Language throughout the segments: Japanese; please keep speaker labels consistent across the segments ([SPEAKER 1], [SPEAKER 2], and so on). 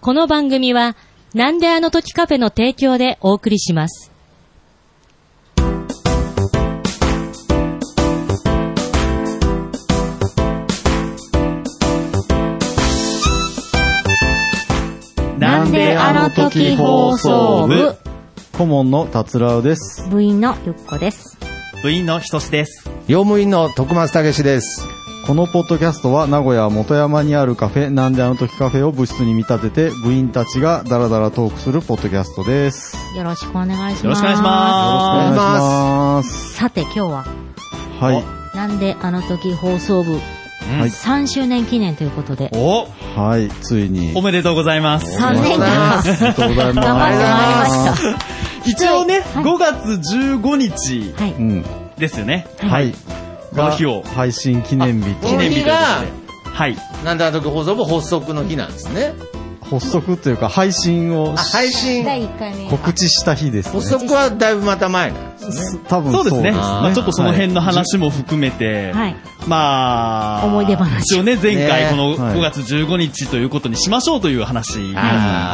[SPEAKER 1] この番組は、なんであの時カフェの提供でお送りします。
[SPEAKER 2] なんであの時放送部
[SPEAKER 3] 顧問の達郎です。
[SPEAKER 4] 部員のゆっこです。
[SPEAKER 2] 部員のひとしです。
[SPEAKER 5] 用務員の徳松武史です。
[SPEAKER 3] このポッドキャストは名古屋元山にあるカフェ、なんであの時カフェを部室に見立てて、部員たちがダラダラトークするポッドキャストです。よ
[SPEAKER 4] よろしくお願いします。
[SPEAKER 2] よろしくお願いし
[SPEAKER 3] ろしくお
[SPEAKER 2] ま
[SPEAKER 3] 願いします。
[SPEAKER 4] す。さて今日は、
[SPEAKER 3] はい。
[SPEAKER 4] なんであの時放送部
[SPEAKER 2] す。うん
[SPEAKER 3] はい
[SPEAKER 4] 3周年記念ということで、
[SPEAKER 2] お
[SPEAKER 3] はい、ついに。
[SPEAKER 2] おめでとうございます。
[SPEAKER 4] 3年間
[SPEAKER 3] ありがとうございます。
[SPEAKER 4] 頑張ってまいりま
[SPEAKER 2] 一応ね、
[SPEAKER 4] はい
[SPEAKER 2] 5月15日
[SPEAKER 4] した。はい。
[SPEAKER 3] うん。
[SPEAKER 2] ですよね。
[SPEAKER 3] はい。
[SPEAKER 2] この日を
[SPEAKER 3] 配信記念日と
[SPEAKER 5] 記。念日という
[SPEAKER 2] はい。
[SPEAKER 5] ことでなんであの時放送部発足の日なんですね。
[SPEAKER 3] 発足というか、配信を
[SPEAKER 5] あ、配信。
[SPEAKER 4] 第1回目。
[SPEAKER 3] 告知した日ですね。
[SPEAKER 5] 発足はだいぶまた前なんですね。
[SPEAKER 3] 多分
[SPEAKER 2] そうですね。まあちょっとその
[SPEAKER 3] はい
[SPEAKER 2] 辺の話も含めて、
[SPEAKER 4] はい。
[SPEAKER 2] まあ、
[SPEAKER 4] 思い出話
[SPEAKER 2] 一応ね、前
[SPEAKER 5] ね
[SPEAKER 2] 回この
[SPEAKER 3] はい
[SPEAKER 2] 5月15日ということにしましょうという話か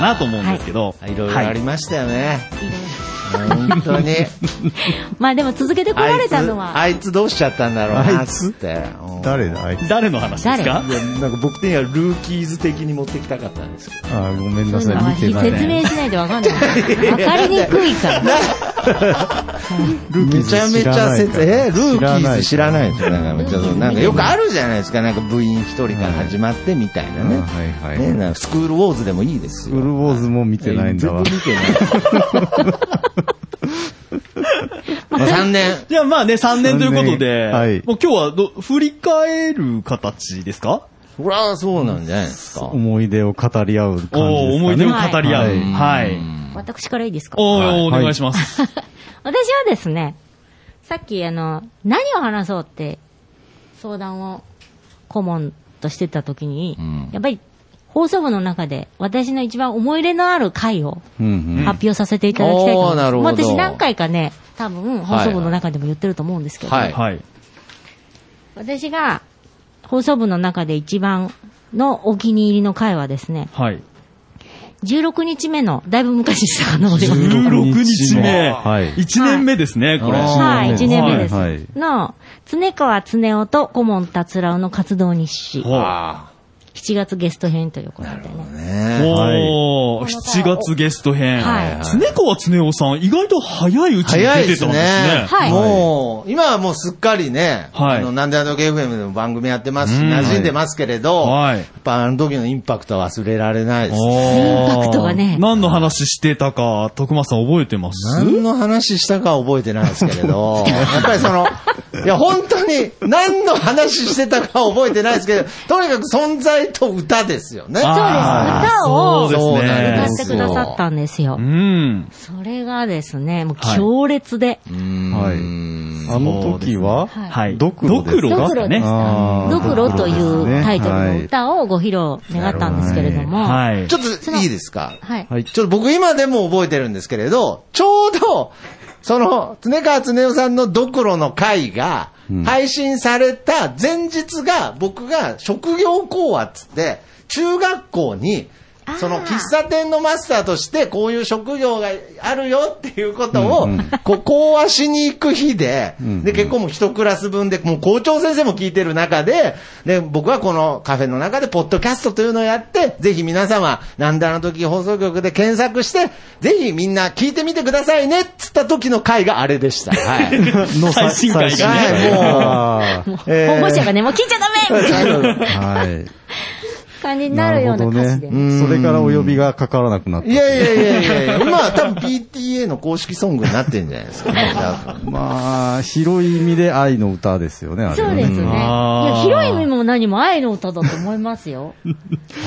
[SPEAKER 2] なと思うんですけど、
[SPEAKER 5] いろいろありましたよね。
[SPEAKER 4] いいね
[SPEAKER 5] 本当に。
[SPEAKER 4] まあでも続けてこ
[SPEAKER 5] あ
[SPEAKER 4] ら
[SPEAKER 5] い
[SPEAKER 4] れ
[SPEAKER 5] つ、
[SPEAKER 4] たのは、
[SPEAKER 5] あいつどうしちゃったんだろうな
[SPEAKER 3] あい
[SPEAKER 5] っ
[SPEAKER 3] つ
[SPEAKER 5] つって。うん
[SPEAKER 3] 誰だあいつ
[SPEAKER 2] 誰の話ですか
[SPEAKER 5] いやなんか僕的にはルーキーズ的に持ってきたかったんですけど。
[SPEAKER 3] あー、ごめんな
[SPEAKER 4] そうい
[SPEAKER 3] さ、
[SPEAKER 4] うのはい
[SPEAKER 3] 見てない。
[SPEAKER 4] 説明しないとわかんない。わかりにくい から。
[SPEAKER 3] ルーキー
[SPEAKER 5] め
[SPEAKER 3] ズ
[SPEAKER 5] ちゃめ
[SPEAKER 3] 知
[SPEAKER 5] ち
[SPEAKER 3] ら
[SPEAKER 5] ゃ
[SPEAKER 3] ない
[SPEAKER 5] 説
[SPEAKER 3] から
[SPEAKER 5] えルーキーズ知らないですよ。なんかめっちゃ
[SPEAKER 4] ルーキーズ
[SPEAKER 5] なんかよくあるじゃないですか。なんか部員一人から始まってみたいなね。
[SPEAKER 3] うんはいはい
[SPEAKER 5] ねなんかスクールウォーズでもいいです
[SPEAKER 3] ス
[SPEAKER 5] よ。
[SPEAKER 3] クールウォーズも見てないんだわ。
[SPEAKER 5] 全 部見てない。3年。
[SPEAKER 2] じゃあまあね、3年ということで、
[SPEAKER 3] 三年はい
[SPEAKER 2] もう今日はど振り返る形ですか
[SPEAKER 5] そりゃそうなんじゃないですか。
[SPEAKER 3] 思い出を語り合う感じですか、ね。
[SPEAKER 2] おー思い出を語り合う。は
[SPEAKER 3] はいい。
[SPEAKER 4] 私からいいですか
[SPEAKER 2] おー
[SPEAKER 3] はい
[SPEAKER 2] お願いします。
[SPEAKER 4] 私はですね、さっきあの、何を話そうって相談を顧問としてた時に、
[SPEAKER 5] ん
[SPEAKER 4] やっぱり放送部の中で私の一番思い入れのある回を
[SPEAKER 3] うんうん。
[SPEAKER 4] 発表させていただきたいと思います。
[SPEAKER 5] おーなるほど
[SPEAKER 4] もう私何回かね、多分放送部の中でも言ってると思うんですけど、
[SPEAKER 5] はい
[SPEAKER 2] はい。
[SPEAKER 4] 私が放送部の中で一番のお気に入りの回はですね、
[SPEAKER 2] はい。
[SPEAKER 4] 16日目の、だいぶ昔さかのぼります
[SPEAKER 2] 16日目。
[SPEAKER 3] はい
[SPEAKER 2] 1年目ですね、これ。
[SPEAKER 3] あー
[SPEAKER 4] はい、
[SPEAKER 3] 一
[SPEAKER 4] 1
[SPEAKER 3] 年
[SPEAKER 4] 年
[SPEAKER 3] 目
[SPEAKER 4] 目
[SPEAKER 3] で
[SPEAKER 4] ですす。
[SPEAKER 3] はいはい
[SPEAKER 4] の、常川常夫と顧問達郎の活動日誌、
[SPEAKER 2] ほう
[SPEAKER 5] あ
[SPEAKER 4] 7月ゲスト編ということで
[SPEAKER 5] あ。
[SPEAKER 4] ね。
[SPEAKER 5] ね
[SPEAKER 2] おー、
[SPEAKER 4] はい
[SPEAKER 2] 7月ゲスト編。
[SPEAKER 4] はい
[SPEAKER 2] 常川常夫さん、意外と早いうちに
[SPEAKER 5] 早い
[SPEAKER 2] 出
[SPEAKER 5] で
[SPEAKER 2] てた
[SPEAKER 5] す
[SPEAKER 2] んですね。
[SPEAKER 5] ね。
[SPEAKER 4] はい
[SPEAKER 5] もう、今はもうすっかりね、
[SPEAKER 2] はい
[SPEAKER 5] あの、なんであのゲーム FM でも番組やってますし、
[SPEAKER 2] うん
[SPEAKER 5] 馴染んでますけれど、
[SPEAKER 2] はい
[SPEAKER 5] やっぱあの時のインパクトは忘れられないです。
[SPEAKER 2] おー
[SPEAKER 4] インパクトがね
[SPEAKER 2] 何の話してたか、徳松さん覚えてます
[SPEAKER 5] 何の話したかは覚えてないですけれど、やっぱりその、いや、本当に何の話してたかは覚えてないですけど、とにかく存在と歌ですよね。
[SPEAKER 2] あー
[SPEAKER 4] 歌を
[SPEAKER 2] そうです
[SPEAKER 5] そう
[SPEAKER 2] ね
[SPEAKER 5] な
[SPEAKER 4] 歌
[SPEAKER 5] んで
[SPEAKER 4] っ
[SPEAKER 5] す
[SPEAKER 4] てくださったんですよ
[SPEAKER 2] う。ん。
[SPEAKER 4] それがですね、もう強烈で、
[SPEAKER 3] は
[SPEAKER 5] う
[SPEAKER 3] い。
[SPEAKER 5] ん
[SPEAKER 3] あの時は、
[SPEAKER 4] はい
[SPEAKER 2] はい。
[SPEAKER 3] ドクロです
[SPEAKER 2] ドクロ
[SPEAKER 4] ドクロです
[SPEAKER 2] ね。
[SPEAKER 3] あー
[SPEAKER 4] ドクロというタイトルの
[SPEAKER 3] は
[SPEAKER 4] 歌をご披露願ったんですけれども、はい。
[SPEAKER 2] はい。
[SPEAKER 5] ちょっといいですか
[SPEAKER 4] はい
[SPEAKER 3] はい
[SPEAKER 5] ちょっと僕今でも覚えてるんですけれど、ちょうど、その、常川常夫さんのドクロの回が
[SPEAKER 3] うん、
[SPEAKER 5] 配信された前日が、僕が職業講話っつって、中学校に、その喫茶店のマスターとして、こういう職業があるよっていうことを
[SPEAKER 3] うんうん、
[SPEAKER 5] こう、講話しに行く日で、
[SPEAKER 3] ん
[SPEAKER 5] で、結構もう一クラス分で、もう校長先生も聞いてる中で、で、僕はこのカフェの中で、ポッドキャストというのをやって、ぜひ皆様、なんだの時放送局で検索して、ぜひみんな聞いてみてくださいねっつった時の回があれでした。はい。
[SPEAKER 3] の
[SPEAKER 2] 最新回がね
[SPEAKER 3] が
[SPEAKER 4] もう保護者がね、もう聞いちゃダ メみたいな
[SPEAKER 3] はい。
[SPEAKER 4] 感じになるような歌詞で。
[SPEAKER 3] ね。それからお呼びがかからなくなった
[SPEAKER 5] い。やいやいやいやいや、今は多分 PTA の公式ソングになってんじゃないですか、ね。多分
[SPEAKER 3] まあ、広い意味で愛の歌ですよね、あれ
[SPEAKER 4] そ
[SPEAKER 3] は
[SPEAKER 4] う
[SPEAKER 3] ね
[SPEAKER 4] ですね。い
[SPEAKER 2] あ
[SPEAKER 4] や、
[SPEAKER 2] ー
[SPEAKER 4] 広い意味も何も愛の歌だと思いますよ。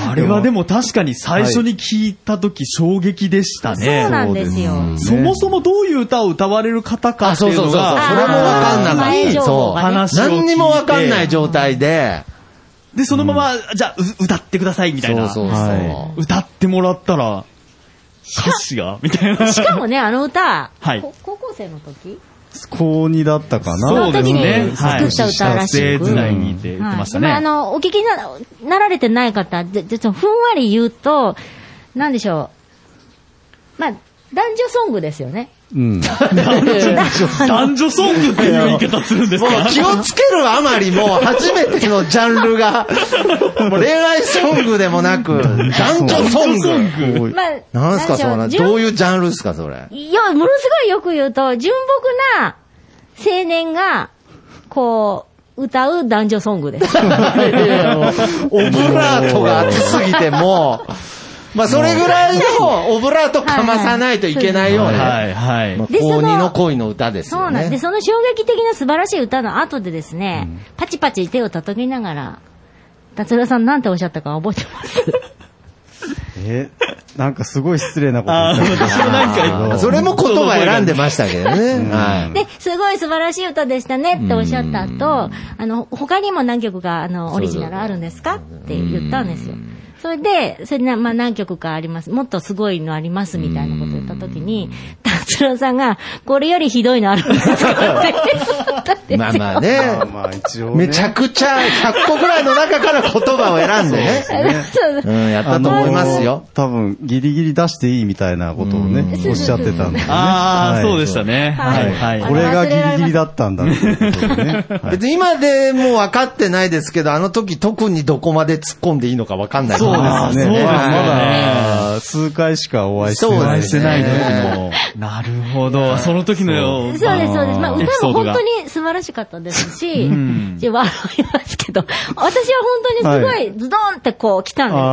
[SPEAKER 2] あれはでも確かに最初に聞いた時衝撃でした
[SPEAKER 4] そう
[SPEAKER 2] ね。
[SPEAKER 4] なんですよ。
[SPEAKER 2] そもそもどういう歌を歌われる方かっていうの
[SPEAKER 5] あ
[SPEAKER 2] が、
[SPEAKER 5] それもわかんなか
[SPEAKER 4] 前情
[SPEAKER 5] った。
[SPEAKER 4] 報
[SPEAKER 5] そ
[SPEAKER 4] がね
[SPEAKER 2] 話
[SPEAKER 5] う。
[SPEAKER 2] を聞いて
[SPEAKER 5] 何にもわかんない状態で、
[SPEAKER 2] で、そのまま、じゃあ、う歌ってくださいみたい
[SPEAKER 5] そう
[SPEAKER 2] な。
[SPEAKER 5] そうそう。
[SPEAKER 3] は
[SPEAKER 2] 歌ってもらったら、歌詞がみたいな。
[SPEAKER 4] しかもね、あの歌、
[SPEAKER 2] はい
[SPEAKER 4] こ高校生の時
[SPEAKER 3] 高2だったかな。
[SPEAKER 2] そうですね。
[SPEAKER 4] その時に作った歌らしく
[SPEAKER 2] はい学生時代にって言ってましたね。
[SPEAKER 4] はいまああの、お聞きにななられてない方、ぜぜちょっとふんわり言うと、なんでしょう。まあ、男女ソングですよね。
[SPEAKER 3] うん。
[SPEAKER 2] 男女ソングっていう言い方するんです
[SPEAKER 5] もう
[SPEAKER 2] か
[SPEAKER 5] 気をつけるあまり、もう初めてのジャンル が、もう恋愛ソングでもなく、男女ソン
[SPEAKER 2] ソン
[SPEAKER 5] グ。
[SPEAKER 2] グ。
[SPEAKER 4] まあ、
[SPEAKER 5] なんすか、
[SPEAKER 4] で
[SPEAKER 5] そ
[SPEAKER 4] しょ
[SPEAKER 5] うな、
[SPEAKER 4] 純
[SPEAKER 5] どういうジャンルですか、それ。
[SPEAKER 4] いや、ものすごいよく言うと、純朴な青年が、こう、歌う男女ソングです。
[SPEAKER 5] オブラートが熱すぎて、もう、まあ、それぐらいのオブラートかまさないといけないような、
[SPEAKER 2] はいはい。
[SPEAKER 5] まあ
[SPEAKER 4] でその
[SPEAKER 5] 高二の恋の歌です
[SPEAKER 4] そう
[SPEAKER 5] よ
[SPEAKER 4] なんで、
[SPEAKER 5] ね。
[SPEAKER 4] その衝撃的な素晴らしい歌の後でですね、パチパチ手を叩きながら、達郎さんなんておっしゃったか覚えて ます。
[SPEAKER 3] え、なんかすごい失礼なこと言
[SPEAKER 2] あ
[SPEAKER 3] っ
[SPEAKER 2] ー
[SPEAKER 3] たけど
[SPEAKER 2] 私もなんか
[SPEAKER 5] それも言葉選んでましたけどね。はい。
[SPEAKER 4] で、すごい素晴らしい歌でしたねっておっしゃった後、あの、他にも何曲か、あの、オリジナルあるんですかって言ったんですよ。それで、それな、まあ何曲かあります。もっとすごいのありますみたいなこと言った時に、達郎さんが、これよりひどいのあるんですかって言ったんですよ。
[SPEAKER 5] まあまあね。
[SPEAKER 3] まあまあ一応ね。
[SPEAKER 5] めちゃくちゃ100個ぐらいの中から言葉を選んでね。
[SPEAKER 4] そう
[SPEAKER 5] うん、やったと思いますよ。
[SPEAKER 3] あのー。多分、ギリギリ出していいみたいなことをね、おっしゃってたんで、ね。
[SPEAKER 2] ああ、そうでした
[SPEAKER 3] ね。
[SPEAKER 2] ね。は
[SPEAKER 3] はいい。
[SPEAKER 2] はい。
[SPEAKER 3] これがギリギリだったんだっていうことでね。はい
[SPEAKER 5] 別に今でもう分かってないですけど、あの時特にどこまで突っ込んでいいのか分かんない
[SPEAKER 2] そうですよね。
[SPEAKER 3] ま
[SPEAKER 2] まだ
[SPEAKER 3] だ、数回しかお会いして
[SPEAKER 5] そう
[SPEAKER 3] な
[SPEAKER 2] 愛
[SPEAKER 3] い
[SPEAKER 5] で
[SPEAKER 2] し
[SPEAKER 5] す
[SPEAKER 2] て
[SPEAKER 5] ね
[SPEAKER 2] ないのも。なるほど。その時の
[SPEAKER 4] そうです、そうです。まあ、
[SPEAKER 2] エピ
[SPEAKER 4] 歌
[SPEAKER 2] ソ
[SPEAKER 4] も
[SPEAKER 2] ード
[SPEAKER 4] 本
[SPEAKER 2] が
[SPEAKER 4] 当に素晴らしかったですし、 じゃあ笑いますけど、私は本当にすごいズドンってこう来たんです。
[SPEAKER 3] あ
[SPEAKER 4] な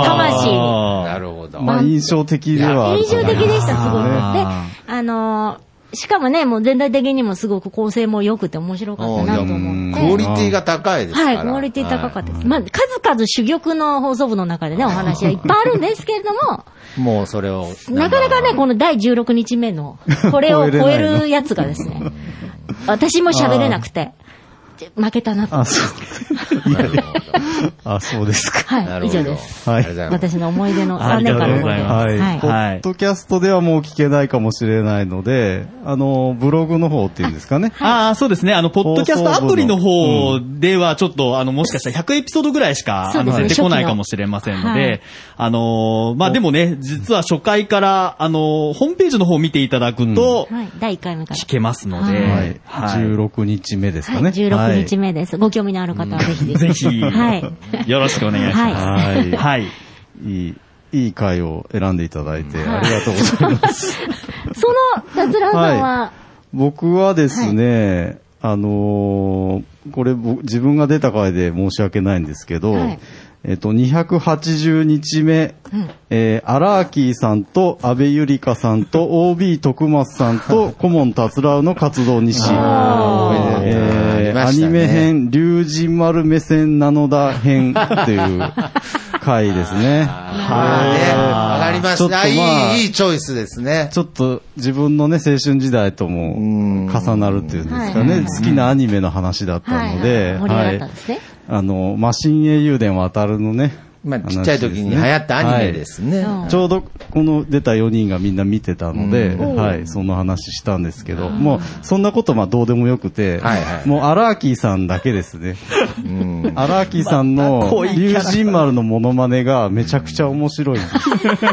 [SPEAKER 4] んか魂に。
[SPEAKER 5] なるほど。
[SPEAKER 3] まあ印象的ではある
[SPEAKER 4] 印
[SPEAKER 3] かな
[SPEAKER 4] 象的でした、すごい。で、
[SPEAKER 2] あ
[SPEAKER 4] あのーしかもね、もう全体的にもすごく構成も良くて面白かったなと思っ
[SPEAKER 5] クオ
[SPEAKER 4] て。
[SPEAKER 5] リティが高いですか
[SPEAKER 4] はい、
[SPEAKER 5] ら。
[SPEAKER 4] クオリティ高かった
[SPEAKER 5] は
[SPEAKER 4] です。まあ、数々珠玉の放送部の中でね、お話はいっぱいあるんですけれども、
[SPEAKER 5] い。もうそれを。
[SPEAKER 4] なかなかね、この第16日目の、これを超えるやつがですね、私も喋れなくて、負けたなと。
[SPEAKER 3] あ、そう。いやいやあ、そうですか。
[SPEAKER 5] な
[SPEAKER 4] はい、
[SPEAKER 5] る
[SPEAKER 4] 以
[SPEAKER 5] ほど
[SPEAKER 4] 上です。
[SPEAKER 3] はい
[SPEAKER 5] ありがとうございます
[SPEAKER 4] 私の思い出の3
[SPEAKER 2] ありが
[SPEAKER 4] 年
[SPEAKER 2] と
[SPEAKER 4] 間の
[SPEAKER 2] う
[SPEAKER 4] 思
[SPEAKER 2] ご
[SPEAKER 4] い
[SPEAKER 2] ざい
[SPEAKER 4] 出
[SPEAKER 2] ま
[SPEAKER 4] ですす。はい。
[SPEAKER 3] ポッドキャストではもう聞けないかもしれないので、あの、ブログの方っていうんですかね。
[SPEAKER 2] ああ、そうですね。あの、ポッドキャストアプリの方では、ちょっと、あの、もしかしたら100エピソードぐらいしか、
[SPEAKER 4] そ
[SPEAKER 2] あ
[SPEAKER 4] うで
[SPEAKER 2] の、
[SPEAKER 4] すね
[SPEAKER 2] 出てこないかもしれませんの
[SPEAKER 4] は
[SPEAKER 2] で
[SPEAKER 4] い、
[SPEAKER 2] あのー、まあ、でもね、実は初回から、あのー、ホームページの方を見ていただくと、
[SPEAKER 4] はい、第1回目から
[SPEAKER 2] 聞。けますので、
[SPEAKER 3] はい。
[SPEAKER 2] は
[SPEAKER 3] 16日目ですか
[SPEAKER 4] はい、
[SPEAKER 3] ね。
[SPEAKER 4] 16日目です。ご興味のある方はぜひぜ
[SPEAKER 2] い。
[SPEAKER 4] ひ。
[SPEAKER 2] ぜひ、
[SPEAKER 4] はい。
[SPEAKER 2] よろしくお願いします。
[SPEAKER 3] はい。は
[SPEAKER 2] はい。
[SPEAKER 3] い。いい、いい回を選んでいただいて、ありがとうございます。
[SPEAKER 4] その、達郎さんは、
[SPEAKER 3] 僕はですね、あのーこれ僕自分が出た回で申し訳ないんですけど、
[SPEAKER 4] はい
[SPEAKER 3] えっと、280日目、えー、アラーキーさんと安倍ゆりかさんと OB 徳松さんと顧問達郎の活動にし、え
[SPEAKER 5] あり
[SPEAKER 3] ーア
[SPEAKER 5] まし
[SPEAKER 3] ニ
[SPEAKER 5] たね
[SPEAKER 3] メ。編、竜神丸目線なのだ編っていう回ですね。
[SPEAKER 5] はいね。わかりま
[SPEAKER 3] ちょっと
[SPEAKER 5] した。
[SPEAKER 3] まあ
[SPEAKER 5] いい、いいチョイスですね。
[SPEAKER 3] ちょっと自分のね、青春時代とも重なるっていうんですか
[SPEAKER 4] う
[SPEAKER 3] ね
[SPEAKER 4] ん、
[SPEAKER 3] 好きなアニメの話だったので、
[SPEAKER 4] 盛り上がったんですね。
[SPEAKER 3] あの、マシン英雄伝渡るのね、
[SPEAKER 5] まあ、ちっちゃい時に流行ったアニメで
[SPEAKER 3] ね
[SPEAKER 5] すね。
[SPEAKER 4] うん
[SPEAKER 3] はいちょうどこの出た4人がみんな見てたので、はい、その話したんですけど、もうそんなことまあどうでもよくて
[SPEAKER 5] はいは、い
[SPEAKER 3] もうアラーキーさんだけですね。
[SPEAKER 5] うん
[SPEAKER 3] アラーキーさん
[SPEAKER 2] ま
[SPEAKER 3] の
[SPEAKER 2] た濃いキャ
[SPEAKER 3] 竜
[SPEAKER 2] ラ
[SPEAKER 3] 神丸のモノマネがめちゃくちゃ面白いんです。
[SPEAKER 5] ま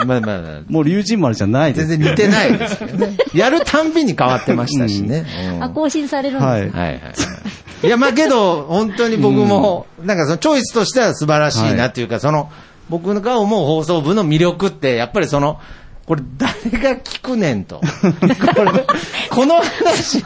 [SPEAKER 5] あまあまあ、
[SPEAKER 3] もう竜神丸じゃないで
[SPEAKER 5] 全
[SPEAKER 3] す。
[SPEAKER 5] 然似てないですよね。 やるたんびに変わってましたしね。うん
[SPEAKER 4] あ、更新されるんです
[SPEAKER 3] は
[SPEAKER 4] ね。
[SPEAKER 3] い。
[SPEAKER 5] はいはい。 いや、まあけど、本当に僕も、なんかそのチョイスとしては素晴らしいなっていうか、その、僕が思う放送部の魅力って、やっぱりその、これ誰が聞くねん と。これ、この話、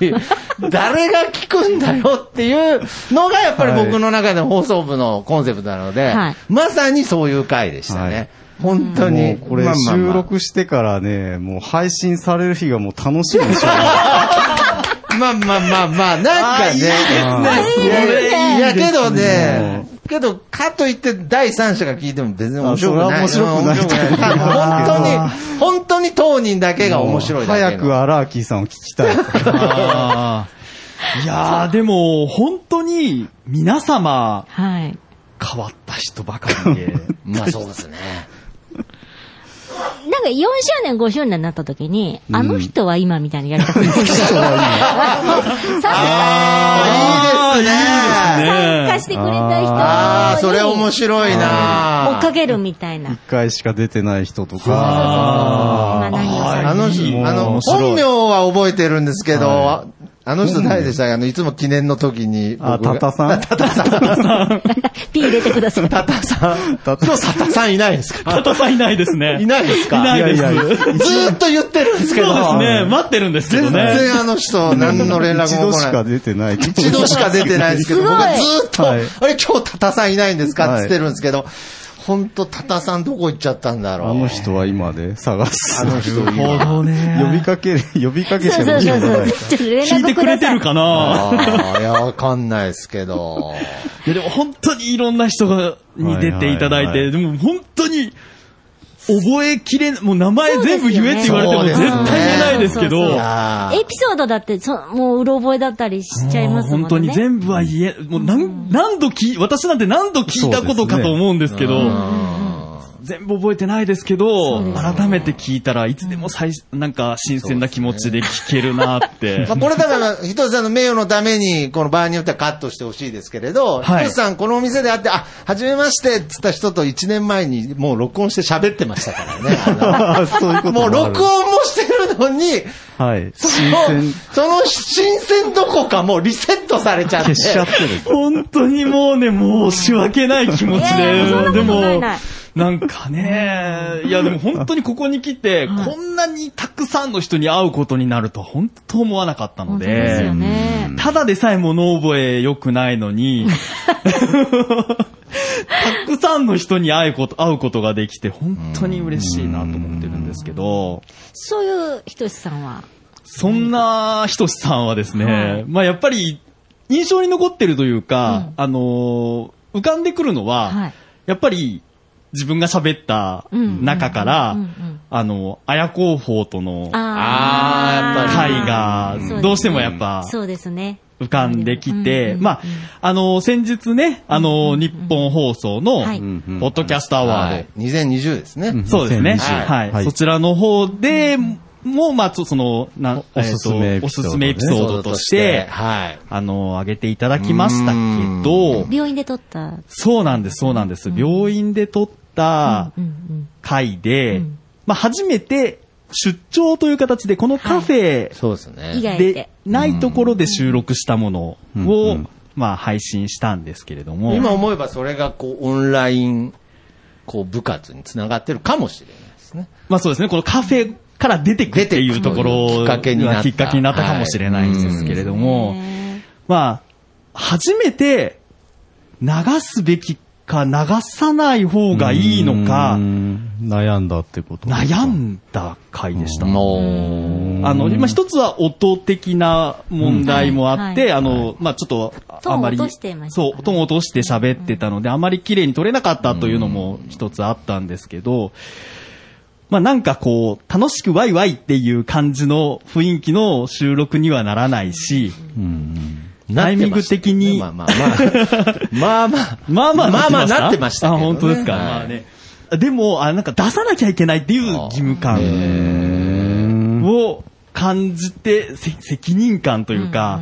[SPEAKER 5] 誰が聞くんだよっていうのが、やっぱり僕の中で放送部のコンセプトなので、
[SPEAKER 4] はい
[SPEAKER 5] まさにそういう回でしたね。
[SPEAKER 3] はい
[SPEAKER 5] 本当
[SPEAKER 3] も
[SPEAKER 5] に。
[SPEAKER 3] うこれ
[SPEAKER 5] まあまあまあ
[SPEAKER 3] 収録してからね、もう配信される日がもう楽しみでしょうがない。
[SPEAKER 5] まあまあまあまあ、なんかね。いいですね。いやいや、けどね、けど、かといって第三者が聞いても別に面白くない。
[SPEAKER 3] あそれは面白くない
[SPEAKER 5] うん面白くない本当に、本当に当人だけが面白いだけ の
[SPEAKER 3] 早くアラーキーさんを聞きたい。
[SPEAKER 2] あ ーいやー、でも、本当に、皆様、
[SPEAKER 4] はい。
[SPEAKER 2] 変わった人ばかりで。
[SPEAKER 5] まあそうですね。
[SPEAKER 4] なんなんか4周年、5周年になった時に、あの人は今みたいにやりたくない。
[SPEAKER 5] あーいいですね
[SPEAKER 4] 参加してくれた人に
[SPEAKER 5] ああ、それ面白いな
[SPEAKER 4] 追っかけるみたいな。
[SPEAKER 3] 一回しか出てない人と
[SPEAKER 4] そうそうそう
[SPEAKER 3] か。
[SPEAKER 4] 今何をされて
[SPEAKER 5] あの
[SPEAKER 3] いい
[SPEAKER 5] 人、
[SPEAKER 3] もう
[SPEAKER 5] あの、
[SPEAKER 3] 面白い
[SPEAKER 5] 本名は覚えてるんですけど、あの人誰でしたっけあの、いつも記念の時に僕が。
[SPEAKER 3] あ、タタさんタタ
[SPEAKER 4] ピー入れてくだ さい。
[SPEAKER 5] タタさん。
[SPEAKER 3] タ
[SPEAKER 5] 今日サタさんいないんですか
[SPEAKER 2] 片さんいないですね。
[SPEAKER 5] いないですか
[SPEAKER 2] いないです。
[SPEAKER 3] いやいや
[SPEAKER 5] ずーっと言ってるんですけど。
[SPEAKER 2] そうですね。待ってるんですけど
[SPEAKER 5] 全
[SPEAKER 2] ね。
[SPEAKER 5] 然あの人、何の連絡
[SPEAKER 3] 一度
[SPEAKER 5] も来
[SPEAKER 3] し
[SPEAKER 5] な
[SPEAKER 3] か
[SPEAKER 5] い。
[SPEAKER 3] 出てない。
[SPEAKER 5] 一度しか出てないんですけど、
[SPEAKER 4] す
[SPEAKER 5] 僕
[SPEAKER 4] ごい
[SPEAKER 5] はずーっと、
[SPEAKER 3] はい
[SPEAKER 5] あれ今日タタさんいないんですかっ
[SPEAKER 3] はい
[SPEAKER 5] つってるんですけど、ほんとタタさんどこ行っちゃったんだろう。
[SPEAKER 3] あの人は今で探す。
[SPEAKER 5] あの人今
[SPEAKER 2] どね
[SPEAKER 3] 呼びかけ、呼びかけし
[SPEAKER 4] そ
[SPEAKER 3] か
[SPEAKER 4] うそう
[SPEAKER 3] 出
[SPEAKER 4] そ
[SPEAKER 3] て
[SPEAKER 4] うそ
[SPEAKER 3] な
[SPEAKER 4] う。
[SPEAKER 3] い
[SPEAKER 4] ち。ょっと連
[SPEAKER 2] 聞いて
[SPEAKER 4] 絡
[SPEAKER 2] く
[SPEAKER 4] く
[SPEAKER 2] れ
[SPEAKER 4] だ
[SPEAKER 2] て
[SPEAKER 4] さい
[SPEAKER 2] る。かな
[SPEAKER 5] ああ、いや、わかんないですけど。
[SPEAKER 2] いやでも本当にいろんな人がに出ていただいて、
[SPEAKER 3] はいはいはい
[SPEAKER 2] でも本当に覚えきれん、もう名前全部言えって言われても
[SPEAKER 5] そうで
[SPEAKER 2] 絶
[SPEAKER 5] すよね
[SPEAKER 2] 対言えないですけ
[SPEAKER 4] そうそうそ
[SPEAKER 2] ど、
[SPEAKER 5] い
[SPEAKER 4] う
[SPEAKER 2] も
[SPEAKER 5] や
[SPEAKER 4] エ
[SPEAKER 5] ー
[SPEAKER 4] ピソードだって、そもう、うろ覚えだったりしちゃいうますもんね。
[SPEAKER 2] 本当に全部は言え、もう何何度聞い、私なんて何度聞いたことかと思うんですけど、全部覚えてないですけど、改めて聞いたらいつでも最、なんか新鮮な気持ちで聞けるな って
[SPEAKER 5] まあ、。これだから、ひとつさんの名誉のために、この場合によってはカットしてほしいですけれど、ひと
[SPEAKER 2] はい
[SPEAKER 5] つさん、このお店で会って、あ、はじめましてっつった人と1年前にもう録音して喋ってましたからね。
[SPEAKER 3] あそういうこと
[SPEAKER 5] もう
[SPEAKER 3] ある
[SPEAKER 5] 録音もしてるのに、
[SPEAKER 3] はい。
[SPEAKER 5] そ
[SPEAKER 3] 新
[SPEAKER 5] の
[SPEAKER 3] 鮮。、
[SPEAKER 5] その新鮮どこかもうリセットされちゃって。
[SPEAKER 3] 消しちゃってる。
[SPEAKER 2] 本当にもうね、もう申し訳ない気持ち
[SPEAKER 4] いやいやそんな
[SPEAKER 2] で。
[SPEAKER 4] こと
[SPEAKER 2] で
[SPEAKER 4] ない
[SPEAKER 2] も
[SPEAKER 4] ない、
[SPEAKER 2] なんかね、いやでも本当にここに来て、こんなにたくさんの人に会うことになるとは本当思わなかったの
[SPEAKER 4] 本当ですよ
[SPEAKER 2] で、
[SPEAKER 4] ね。
[SPEAKER 2] ただでさえ物覚え良くないのに、たくさんの人に会うこと、会うことができて、本当に嬉しいなと思ってるんですけど、
[SPEAKER 4] そういうひとしさんは。
[SPEAKER 2] そんなひとしさんはですね、
[SPEAKER 4] はい
[SPEAKER 2] まあやっぱり印象に残ってるというか、あのー浮かんでくるのは、
[SPEAKER 4] はい
[SPEAKER 2] やっぱり自分が喋った
[SPEAKER 4] うん
[SPEAKER 2] 中から、
[SPEAKER 4] うんうんうん
[SPEAKER 2] あの、綾候補との
[SPEAKER 5] あーやっぱ
[SPEAKER 2] 会
[SPEAKER 5] り
[SPEAKER 2] が、どうしてもやっぱ
[SPEAKER 4] そうですね。
[SPEAKER 2] 浮かんできて、
[SPEAKER 4] うん
[SPEAKER 2] まあ、あのー先日ね、あのー日本放送の、
[SPEAKER 4] はい
[SPEAKER 2] ポッドキャストアワード、
[SPEAKER 5] はい2020ですね。
[SPEAKER 2] そうですね。
[SPEAKER 3] 2020
[SPEAKER 2] はい。
[SPEAKER 3] はい
[SPEAKER 2] そちらの方で、も、まあ、そその、な
[SPEAKER 3] お
[SPEAKER 2] えーと
[SPEAKER 3] おすすめエピ
[SPEAKER 2] お
[SPEAKER 3] ソード
[SPEAKER 2] す
[SPEAKER 3] ね
[SPEAKER 2] すめエピソードとし
[SPEAKER 5] そうだとして
[SPEAKER 2] て、
[SPEAKER 5] はい
[SPEAKER 2] あの、あげていただきましたけど、
[SPEAKER 4] 病院で撮った。
[SPEAKER 2] そうなんです、そうなんです。病院で撮った
[SPEAKER 4] うんうん。
[SPEAKER 2] 回で、まあ、初めて出張という形で、このカフェ
[SPEAKER 5] そうですね。
[SPEAKER 4] 以外
[SPEAKER 2] で
[SPEAKER 4] で。
[SPEAKER 2] ないところで収録したもの
[SPEAKER 3] んう
[SPEAKER 2] を
[SPEAKER 3] ん、
[SPEAKER 2] まあ、配信したんですけれども、
[SPEAKER 5] 今思えばそれがこうオンライン、こう部活につながってるかもしれないですね。
[SPEAKER 2] まあそうですね、このカフェから出てくっていうところ
[SPEAKER 5] 出てくきっかけになった
[SPEAKER 2] きっかけになったかもしれないんですけれども、
[SPEAKER 4] ね
[SPEAKER 2] まあ、初めて流すべきか流さない方がいいのか
[SPEAKER 3] う、ん悩んだってこと。
[SPEAKER 2] 悩んだ回でした。
[SPEAKER 5] もう、
[SPEAKER 2] あの、今一つは音的な問題もあっ
[SPEAKER 4] うん
[SPEAKER 2] て、あの、まあちょっと、
[SPEAKER 4] トーン
[SPEAKER 2] あまり
[SPEAKER 4] 落としてま、したか
[SPEAKER 2] そ
[SPEAKER 4] ら
[SPEAKER 2] う、トーン落として喋ってたので、あまり綺麗に撮れなかったというのも一つあったんですけど、まあなんかこう、楽しくワイワイっていう感じの雰囲気の収録にはならないし、タイミング的に
[SPEAKER 5] まあまあ まあ。まあまあ。
[SPEAKER 2] まあまあ
[SPEAKER 5] まあまあ
[SPEAKER 2] な
[SPEAKER 5] な
[SPEAKER 2] っ
[SPEAKER 5] ってて
[SPEAKER 2] ま
[SPEAKER 5] ま
[SPEAKER 2] し
[SPEAKER 5] したた
[SPEAKER 2] け
[SPEAKER 5] け
[SPEAKER 2] どね。
[SPEAKER 5] どね
[SPEAKER 2] あ、本当ですか。
[SPEAKER 5] はい
[SPEAKER 2] まあね。でも、あ、なんか出さなきゃいけないっていう義務感を感じて、せ責任感というか、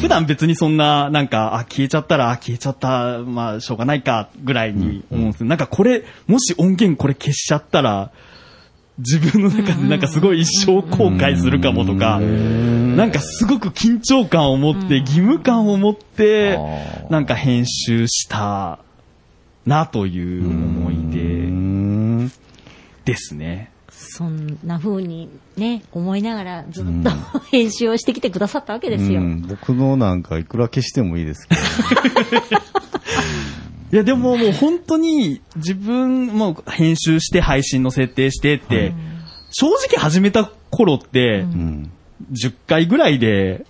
[SPEAKER 2] 普段別にそんな、なんか、あ、消えちゃったら、あ消えちゃった、まあ、しょうがないか、ぐらいに思うんですけどなんかこれ、もし音源これ消しちゃったら、自分の中でなんかすごい一生後悔するかもとか、なんかすごく緊張感を持って、義務感を持って、なんか編集したなという思
[SPEAKER 3] う
[SPEAKER 2] い
[SPEAKER 3] ん。
[SPEAKER 2] 出ですね。
[SPEAKER 4] そんな風にね、思いながらずっと 編集をしてきてくださったわけですよ
[SPEAKER 3] う。ん僕のなんかいくら消してもいいですけど。
[SPEAKER 2] いやでももう本当に自分も編集して配信の設定してって、正直始めた頃って
[SPEAKER 3] うん。
[SPEAKER 2] 10回ぐらいで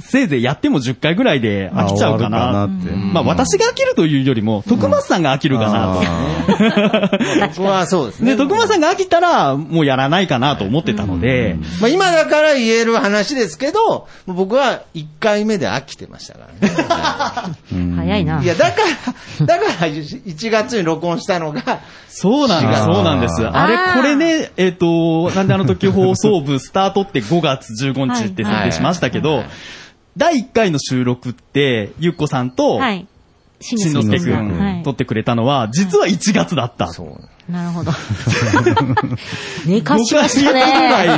[SPEAKER 2] せいぜいやっても10回ぐらいで飽きちゃうかな。
[SPEAKER 3] あ終わるかなって
[SPEAKER 2] まあ私が飽きるというよりも、徳松さんが飽きるかなと。
[SPEAKER 5] 僕はそうですね。
[SPEAKER 2] で、徳間さんが飽きたら、もうやらないかなと思ってたので、
[SPEAKER 5] まあ、今だから言える話ですけど、僕は1回目で飽きてましたか らね。。
[SPEAKER 4] 早いない
[SPEAKER 5] や、だから、だから1月に録音したのが、
[SPEAKER 2] そうなんです、
[SPEAKER 3] 違う
[SPEAKER 2] そうなんです。あ
[SPEAKER 4] あー
[SPEAKER 2] れ、これね、えっ、と、なんであの時放送部スタートって5月15日って設定しましたけど、第1回の収録って、ゆっこさんと、
[SPEAKER 4] はい。し
[SPEAKER 2] しんのすけく
[SPEAKER 4] は
[SPEAKER 2] ん
[SPEAKER 4] い
[SPEAKER 2] 撮ってくれたのは、実は1月だった。
[SPEAKER 5] そう。
[SPEAKER 4] なるほ ど。寝かし
[SPEAKER 2] 僕
[SPEAKER 4] ま
[SPEAKER 2] は
[SPEAKER 4] したね。
[SPEAKER 2] 2月ぐらい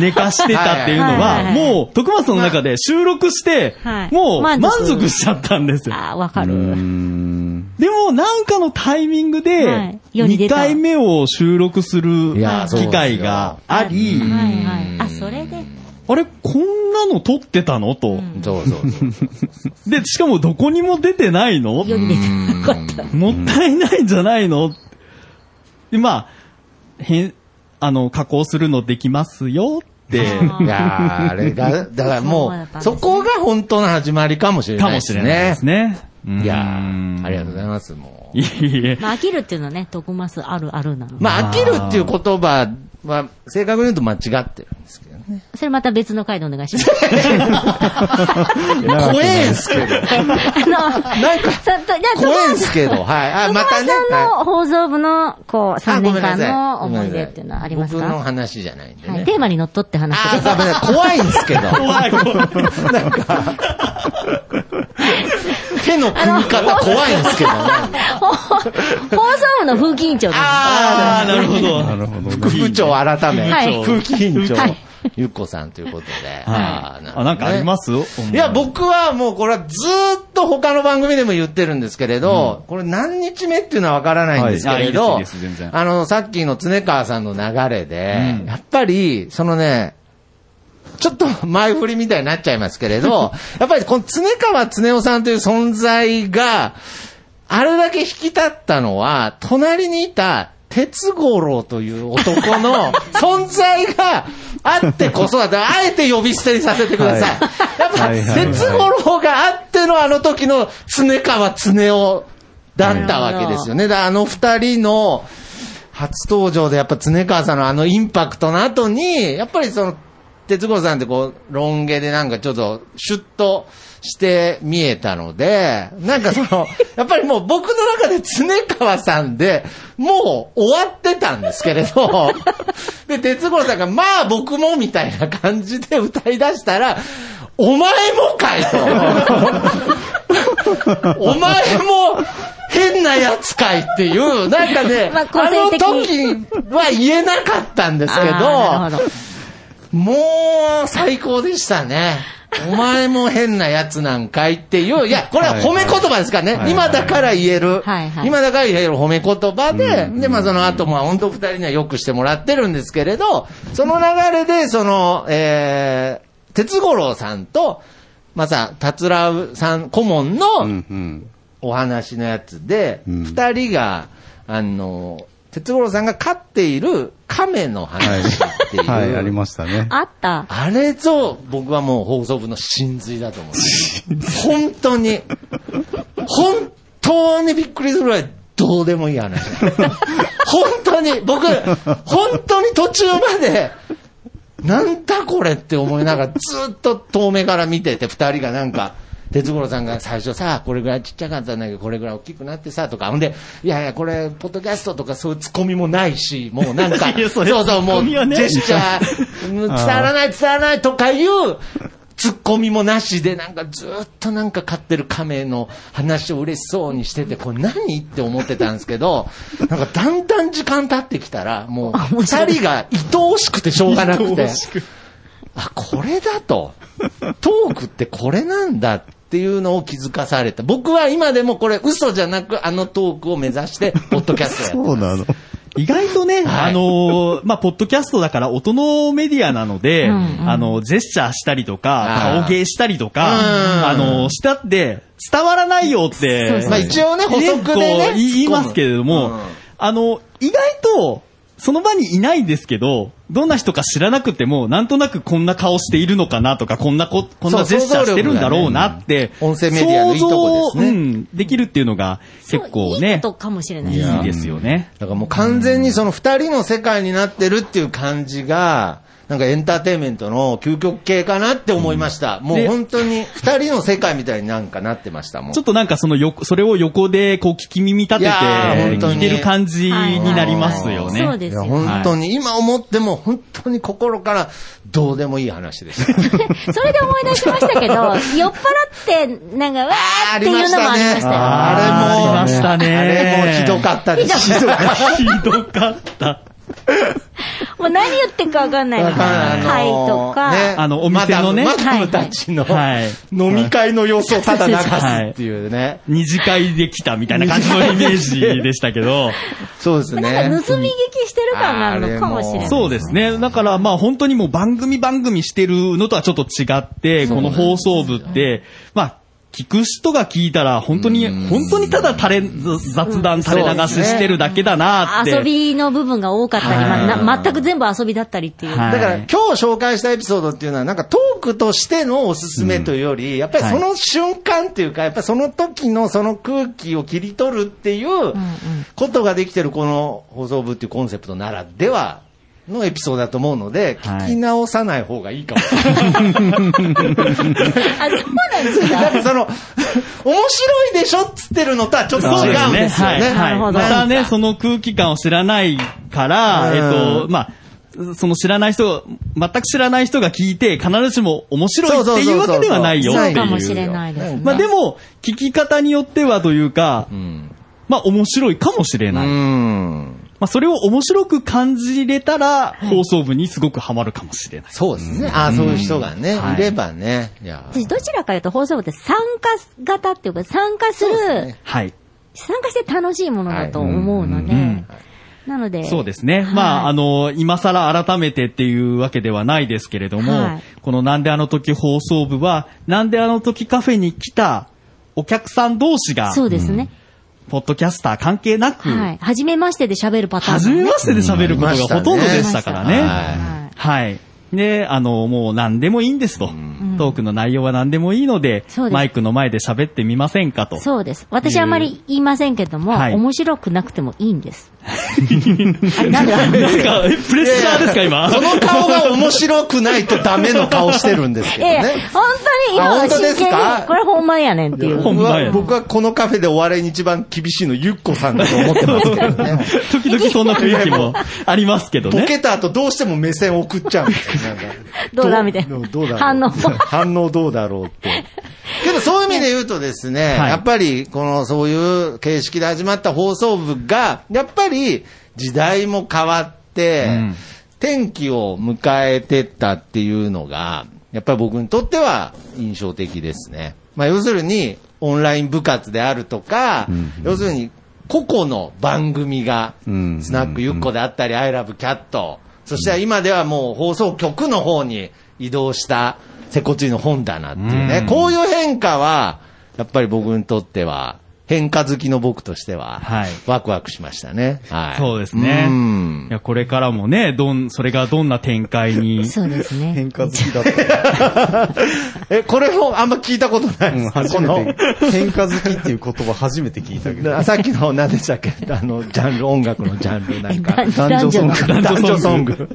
[SPEAKER 2] 寝かしてたっていうの
[SPEAKER 4] はいは
[SPEAKER 2] は、
[SPEAKER 4] いはい
[SPEAKER 2] もう、徳松さんの中で収録して
[SPEAKER 4] は、い
[SPEAKER 2] もう満
[SPEAKER 4] 満足
[SPEAKER 2] 足しちゃったんですよ。
[SPEAKER 4] ああ、わかる。
[SPEAKER 2] でも、なんかのタイミングで、
[SPEAKER 4] はい世に出
[SPEAKER 2] 2
[SPEAKER 4] た
[SPEAKER 2] 回目を収録する
[SPEAKER 5] いやそうです
[SPEAKER 2] 機
[SPEAKER 5] よ
[SPEAKER 2] 会があり、
[SPEAKER 4] はいはい。あ、それで。
[SPEAKER 2] あれ、こんなの撮ってたのと。
[SPEAKER 5] そうそうそう。
[SPEAKER 2] で、しかもどこにも出てないの
[SPEAKER 4] 世に出てなかった。
[SPEAKER 2] もったいないんじゃないので、まあ、変、あの、加工するのできますよ って、
[SPEAKER 5] いや ーあれが、だからも
[SPEAKER 4] そうだったんで
[SPEAKER 5] う、
[SPEAKER 4] すね
[SPEAKER 5] そこが本当の始まりかもしれ
[SPEAKER 2] か
[SPEAKER 5] ない
[SPEAKER 2] もし
[SPEAKER 5] です
[SPEAKER 2] れないで
[SPEAKER 5] ね
[SPEAKER 2] す。ね。うん
[SPEAKER 5] いやーありがとうございます、もう。
[SPEAKER 2] いえいえ。
[SPEAKER 4] まあ、飽きるっていうのはね、徳マスあるあるなの。
[SPEAKER 5] まあ、飽きるっていう言葉は、正確に言うと間違ってるんですけどね。
[SPEAKER 4] それまた別の回でお願いし ます。
[SPEAKER 5] 怖えんすけど。
[SPEAKER 4] あの、なんか、
[SPEAKER 5] 怖えん
[SPEAKER 4] 徳
[SPEAKER 5] すけど。はい。あ、また
[SPEAKER 4] 松
[SPEAKER 5] ね。
[SPEAKER 4] さん
[SPEAKER 5] は
[SPEAKER 4] の放送部の、こう、
[SPEAKER 5] いあ
[SPEAKER 4] 3
[SPEAKER 5] ご
[SPEAKER 4] 年
[SPEAKER 5] めんな
[SPEAKER 4] 間
[SPEAKER 5] さい
[SPEAKER 4] の思い
[SPEAKER 5] ごめんな
[SPEAKER 4] 出
[SPEAKER 5] さ
[SPEAKER 4] っていうのはあります
[SPEAKER 5] 僕の
[SPEAKER 4] か
[SPEAKER 5] 話じゃないんで
[SPEAKER 4] はい。
[SPEAKER 5] ね。
[SPEAKER 4] テーマにのっとって話
[SPEAKER 5] あ
[SPEAKER 4] で
[SPEAKER 5] ー、
[SPEAKER 4] す。
[SPEAKER 5] ダメだ。怖いんすけど。
[SPEAKER 2] 怖い怖い。
[SPEAKER 5] 手の組み方怖いんすけどね。
[SPEAKER 4] 放送部の風紀委員長です。
[SPEAKER 2] あ
[SPEAKER 5] あ
[SPEAKER 2] あ、なるほ ど。
[SPEAKER 3] なるほどね。
[SPEAKER 5] ー、副部長改め
[SPEAKER 4] はい、
[SPEAKER 5] 副委員長
[SPEAKER 4] はい、
[SPEAKER 5] ゆっこさんということで。
[SPEAKER 2] は
[SPEAKER 5] あ
[SPEAKER 2] い
[SPEAKER 5] ー
[SPEAKER 2] あ、なんかあります
[SPEAKER 5] いや、、僕はもうこれはずーっと他の番組でも言ってるんですけれど、これ何日目っていうのはわからないんですけれど、
[SPEAKER 2] はいあいいですいいです全然
[SPEAKER 5] あの、さっきの常川さんの流れで、やっぱり、そのね、ちょっと前振りみたいになっちゃいますけれど、 やっぱりこの常川常夫さんという存在が、あれだけ引き立ったのは、隣にいた、鉄五郎という男の存在があってこそだった。あえて呼び捨てにさせてください。やっぱ、
[SPEAKER 3] はいはいはい
[SPEAKER 5] 鉄五郎があってのあの時の常川常夫だったわけですよね。だからあの二人の、初登場でやっぱ常川さんのあのインパクトの後に、やっぱりその、哲子さんってこう、ロン毛でなんかちょっと、シュッとして見えたので、なんかその、やっぱりもう僕の中で常川さんで、もう終わってたんですけれど、で、哲子さんが、まあ僕もみたいな感じで歌い出したら、お前もかいと。お前も変なやつかいっていう、なんかね、
[SPEAKER 4] まあ
[SPEAKER 5] あ、
[SPEAKER 4] 個性
[SPEAKER 5] の
[SPEAKER 4] 的
[SPEAKER 5] 時は言えなかったんですけ
[SPEAKER 4] あーな
[SPEAKER 5] ど、
[SPEAKER 4] るほど。
[SPEAKER 5] もう最高でし たね。お前も変なやつなんかいっていう、いや、これは褒め言葉ですからね。今だから言える、
[SPEAKER 4] はいはい
[SPEAKER 5] 今だから言える褒め言葉で、で、まあその後、まあ本当二人にはよくしてもらってるんですけれど、その流れで、その、えー、鉄五郎さんと、まあさ、達郎さん顧問の、
[SPEAKER 3] うんうん。
[SPEAKER 5] お話のやつで、
[SPEAKER 3] うん
[SPEAKER 5] 二、人が、あの、哲五郎さんが飼っている亀の話っていう。
[SPEAKER 3] はい、ありましたね。
[SPEAKER 4] あった。
[SPEAKER 5] あれぞ、僕はもう放送部の真髄だと思う。本当に、本当にびっくりするぐらい、どうでもいい話。本当に、僕、本当に途中まで、なんだこれって思いながら、ずっと遠目から見てて、二人がなんか、哲五郎さんが最初さ、これぐらいちっちゃかったんだけど、これぐらい大きくなってさ、とか、ほんで、いやいや、これ、ポッドキャストとかそういうツッコミもないし、もうなんか、
[SPEAKER 2] いやそれ
[SPEAKER 5] うそう、
[SPEAKER 2] ツッコ
[SPEAKER 5] もう、ジ
[SPEAKER 2] ミはね
[SPEAKER 5] ェスチャー、 うん伝わらない、伝わらないとかいう、ツッコミもなしで、なんかずっとなんか飼ってる亀の話を嬉しそうにしてて、これ何って思ってたんですけど、 なんかだんだん時間経ってきたら、もう、二人が愛おしくてしょうがな くて。あ、これだと。トークってこれなんだっていうのを気づかされた。僕は今でもこれ嘘じゃなくあのトークを目指して、ポッドキャストをやって
[SPEAKER 3] そうなの。
[SPEAKER 2] 意外とね、
[SPEAKER 5] はい
[SPEAKER 2] あのーまあ、ポッドキャストだから音のメディアなので、あの、ジェスチャーしたりと
[SPEAKER 5] あ
[SPEAKER 2] か
[SPEAKER 5] ー、
[SPEAKER 2] 顔芸したりと
[SPEAKER 5] うん
[SPEAKER 2] か、あのーしたって伝わらないよって、
[SPEAKER 5] そうまあ一応ね補足でね
[SPEAKER 2] こう言いますけれども、
[SPEAKER 5] うん
[SPEAKER 2] あの、意外と、その場にいないんですけど、どんな人か知らなくても、なんとなくこんな顔しているのかなとか、こんなこ、こんなジェスチャーしてるんだろうなって、
[SPEAKER 5] そう想像力がねうん音声メディアのいいとこですね
[SPEAKER 2] 想像うん、できるっていうのが結構
[SPEAKER 4] いい
[SPEAKER 2] ね
[SPEAKER 4] こ、とかもしれない
[SPEAKER 2] い
[SPEAKER 4] です。
[SPEAKER 2] いですよね。
[SPEAKER 5] だからもう完全にその二人の世界になってるっていう感じが、なんかエンターテインメントの究極系かなって思いました。もう
[SPEAKER 2] で
[SPEAKER 5] 本当に二人の世界みたいになんかなってましたもん。
[SPEAKER 2] ちょっとなんかそのよ、それを横でこう聞き耳立てて、
[SPEAKER 5] いやー本当に
[SPEAKER 2] 聞いてる感じになりますよね。
[SPEAKER 4] そうで
[SPEAKER 5] い
[SPEAKER 4] す
[SPEAKER 5] や
[SPEAKER 4] よ。
[SPEAKER 5] 本当に、今思っても本当に心からどうでもいい話でし た。
[SPEAKER 4] それで思い出しました けど、酔っ払って、なんか、わーっていうのもありましたよ。
[SPEAKER 5] あ
[SPEAKER 2] ありましたね
[SPEAKER 5] あれもひどかったです。
[SPEAKER 4] ひど
[SPEAKER 5] かった。
[SPEAKER 2] ひどか った。
[SPEAKER 4] もう何言ってるかわかんない。 はいとか。
[SPEAKER 5] ね
[SPEAKER 2] あのお店のね
[SPEAKER 5] マダム
[SPEAKER 4] はい
[SPEAKER 5] マダムたちの
[SPEAKER 2] はい
[SPEAKER 5] 飲み会の様子をただ流すっていうね。
[SPEAKER 2] 二次会できたみたいな感じのイメージでしたけど、
[SPEAKER 5] そうです
[SPEAKER 4] なん
[SPEAKER 5] ね
[SPEAKER 4] か。盗み聞きしてる感があるのかもしれない。
[SPEAKER 2] そうですね。だからまあ本当にもう番組番組してるのとはちょっと違って、この放送部って、まあ、聞く人が聞いたら本当に、本当にただ垂れ、雑談垂れ流ししてるだけだなって。
[SPEAKER 4] 遊びの部分が多かったり、まあな全く全部遊びだったりっていう。
[SPEAKER 2] はい
[SPEAKER 5] だから今日紹介したエピソードっていうのは、なんかトークとしてのおすすめというより、やっぱりその瞬間っていうか、やっぱりその時のその空気を切り取るっていうことができてるこの放送部っていうコンセプトならではのエピソードだと思うので、
[SPEAKER 2] はい
[SPEAKER 5] 聞き直さない方がいいかもしれない。
[SPEAKER 4] あ、そうなんです
[SPEAKER 5] だっ
[SPEAKER 4] か
[SPEAKER 5] てその、面白いでしょっつってるのとはちょっと違うんですよ
[SPEAKER 2] はい。
[SPEAKER 5] ね。
[SPEAKER 2] はい
[SPEAKER 4] なるほど
[SPEAKER 2] またね、その空気感を知らないから、
[SPEAKER 5] うん
[SPEAKER 2] えっと、まあ、その知らない人、全く知らない人が聞いて、必ずしも面白いっていうわけではないよっ
[SPEAKER 5] そう
[SPEAKER 2] て
[SPEAKER 5] そ
[SPEAKER 2] いう。
[SPEAKER 4] そう
[SPEAKER 5] そ
[SPEAKER 4] う
[SPEAKER 5] う
[SPEAKER 4] かもしれないですね。
[SPEAKER 2] まあでも、聞き方によってはというか、まあ面白いかもしれない。ま
[SPEAKER 5] うん。
[SPEAKER 2] あそれを面白く感じれたら、放送部にすごくハマるかもしれない。
[SPEAKER 5] そうですね。ああ、そういう人がね、
[SPEAKER 2] はい
[SPEAKER 5] いればね。いや
[SPEAKER 4] 私どちらかというと放送部って参加型っていうか、参加する、
[SPEAKER 5] そうですね
[SPEAKER 2] はい。
[SPEAKER 4] 参加して楽しいものだと思うので、なので、
[SPEAKER 2] そうですね。
[SPEAKER 4] はい
[SPEAKER 2] まあ、あの、今更改めてっていうわけではないですけれども、
[SPEAKER 4] はい
[SPEAKER 2] このなんであの時放送部は、なんであの時カフェに来たお客さん同士が、
[SPEAKER 4] そうですね。
[SPEAKER 2] ポッドキャスター関係なく、
[SPEAKER 4] はい。初めましてで喋るパターン。
[SPEAKER 2] 初めましてで喋ること
[SPEAKER 5] うん
[SPEAKER 2] がほとんどでしたからね。
[SPEAKER 5] いましたね
[SPEAKER 2] はいはい。で、あの、もう何でもいいんですと。トークの内容は何でもいいので、
[SPEAKER 4] そうです
[SPEAKER 2] マイクの前で喋ってみませんかと。
[SPEAKER 4] そうです。私あまり言いませんけども、
[SPEAKER 2] はい
[SPEAKER 4] 面白くなくてもいいんです。あれなんでなんで
[SPEAKER 2] なんか、え、プレッシャーですか、今。
[SPEAKER 5] その顔が面白くないとダメの顔してるんですけど
[SPEAKER 4] ええ、
[SPEAKER 5] ね。
[SPEAKER 4] 本当に今
[SPEAKER 5] あ
[SPEAKER 4] は
[SPEAKER 5] 本当で
[SPEAKER 4] 真
[SPEAKER 5] す
[SPEAKER 4] 剣
[SPEAKER 5] か
[SPEAKER 4] に、これ本番やねんっていう。
[SPEAKER 2] ほん
[SPEAKER 5] 僕
[SPEAKER 2] まや
[SPEAKER 5] は僕はこのカフェでお笑いに一番厳しいのゆっこさんだと思っ てますけどね。
[SPEAKER 2] 時々そんな雰囲気もありますけど
[SPEAKER 5] ボ
[SPEAKER 2] ね。
[SPEAKER 5] ケた後どうしても目線送っちゃうんですよ。なんか
[SPEAKER 4] どうだみたいな
[SPEAKER 5] どうどうだろう
[SPEAKER 4] 反応
[SPEAKER 5] 反応どうだろうって。けどそういう意味で言うとですね、
[SPEAKER 2] はい
[SPEAKER 5] やっぱりこのそういう形式で始まった放送部が、やっぱり時代も変わって、
[SPEAKER 2] うん
[SPEAKER 5] 天気を迎えてったっていうのが、やっぱり僕にとっては印象的ですね。まあ要するに、オンライン部活であるとか、要するに、個々の番組が、
[SPEAKER 3] うん
[SPEAKER 5] スナックゆっこであったり、アイラブキャット、そして今ではもう放送局の方に移動した、セコチの本棚っていうね、
[SPEAKER 2] うん
[SPEAKER 5] こういう変化は、やっぱり僕にとっては、変化好きの僕としては、
[SPEAKER 2] はい
[SPEAKER 5] ワクワクしましたね。はい。
[SPEAKER 2] そうですね
[SPEAKER 5] うん
[SPEAKER 2] いや、これからもね、どん、それがどんな展開 に。
[SPEAKER 4] そうですね。
[SPEAKER 3] 変化好きだった。
[SPEAKER 5] え、これもあんま聞いたことない
[SPEAKER 3] うん、
[SPEAKER 5] ですか、
[SPEAKER 3] 初
[SPEAKER 5] この
[SPEAKER 3] め、て、変化好きっていう言葉初めて聞いたけど。
[SPEAKER 5] さっきの何でしたっけあの、ジャンル、音楽のジャンルなんか。
[SPEAKER 3] 男女ソング
[SPEAKER 2] 男
[SPEAKER 5] 男
[SPEAKER 2] 女
[SPEAKER 5] 女
[SPEAKER 2] ソ
[SPEAKER 5] ソ
[SPEAKER 2] ン
[SPEAKER 5] ン
[SPEAKER 2] グ
[SPEAKER 5] グ。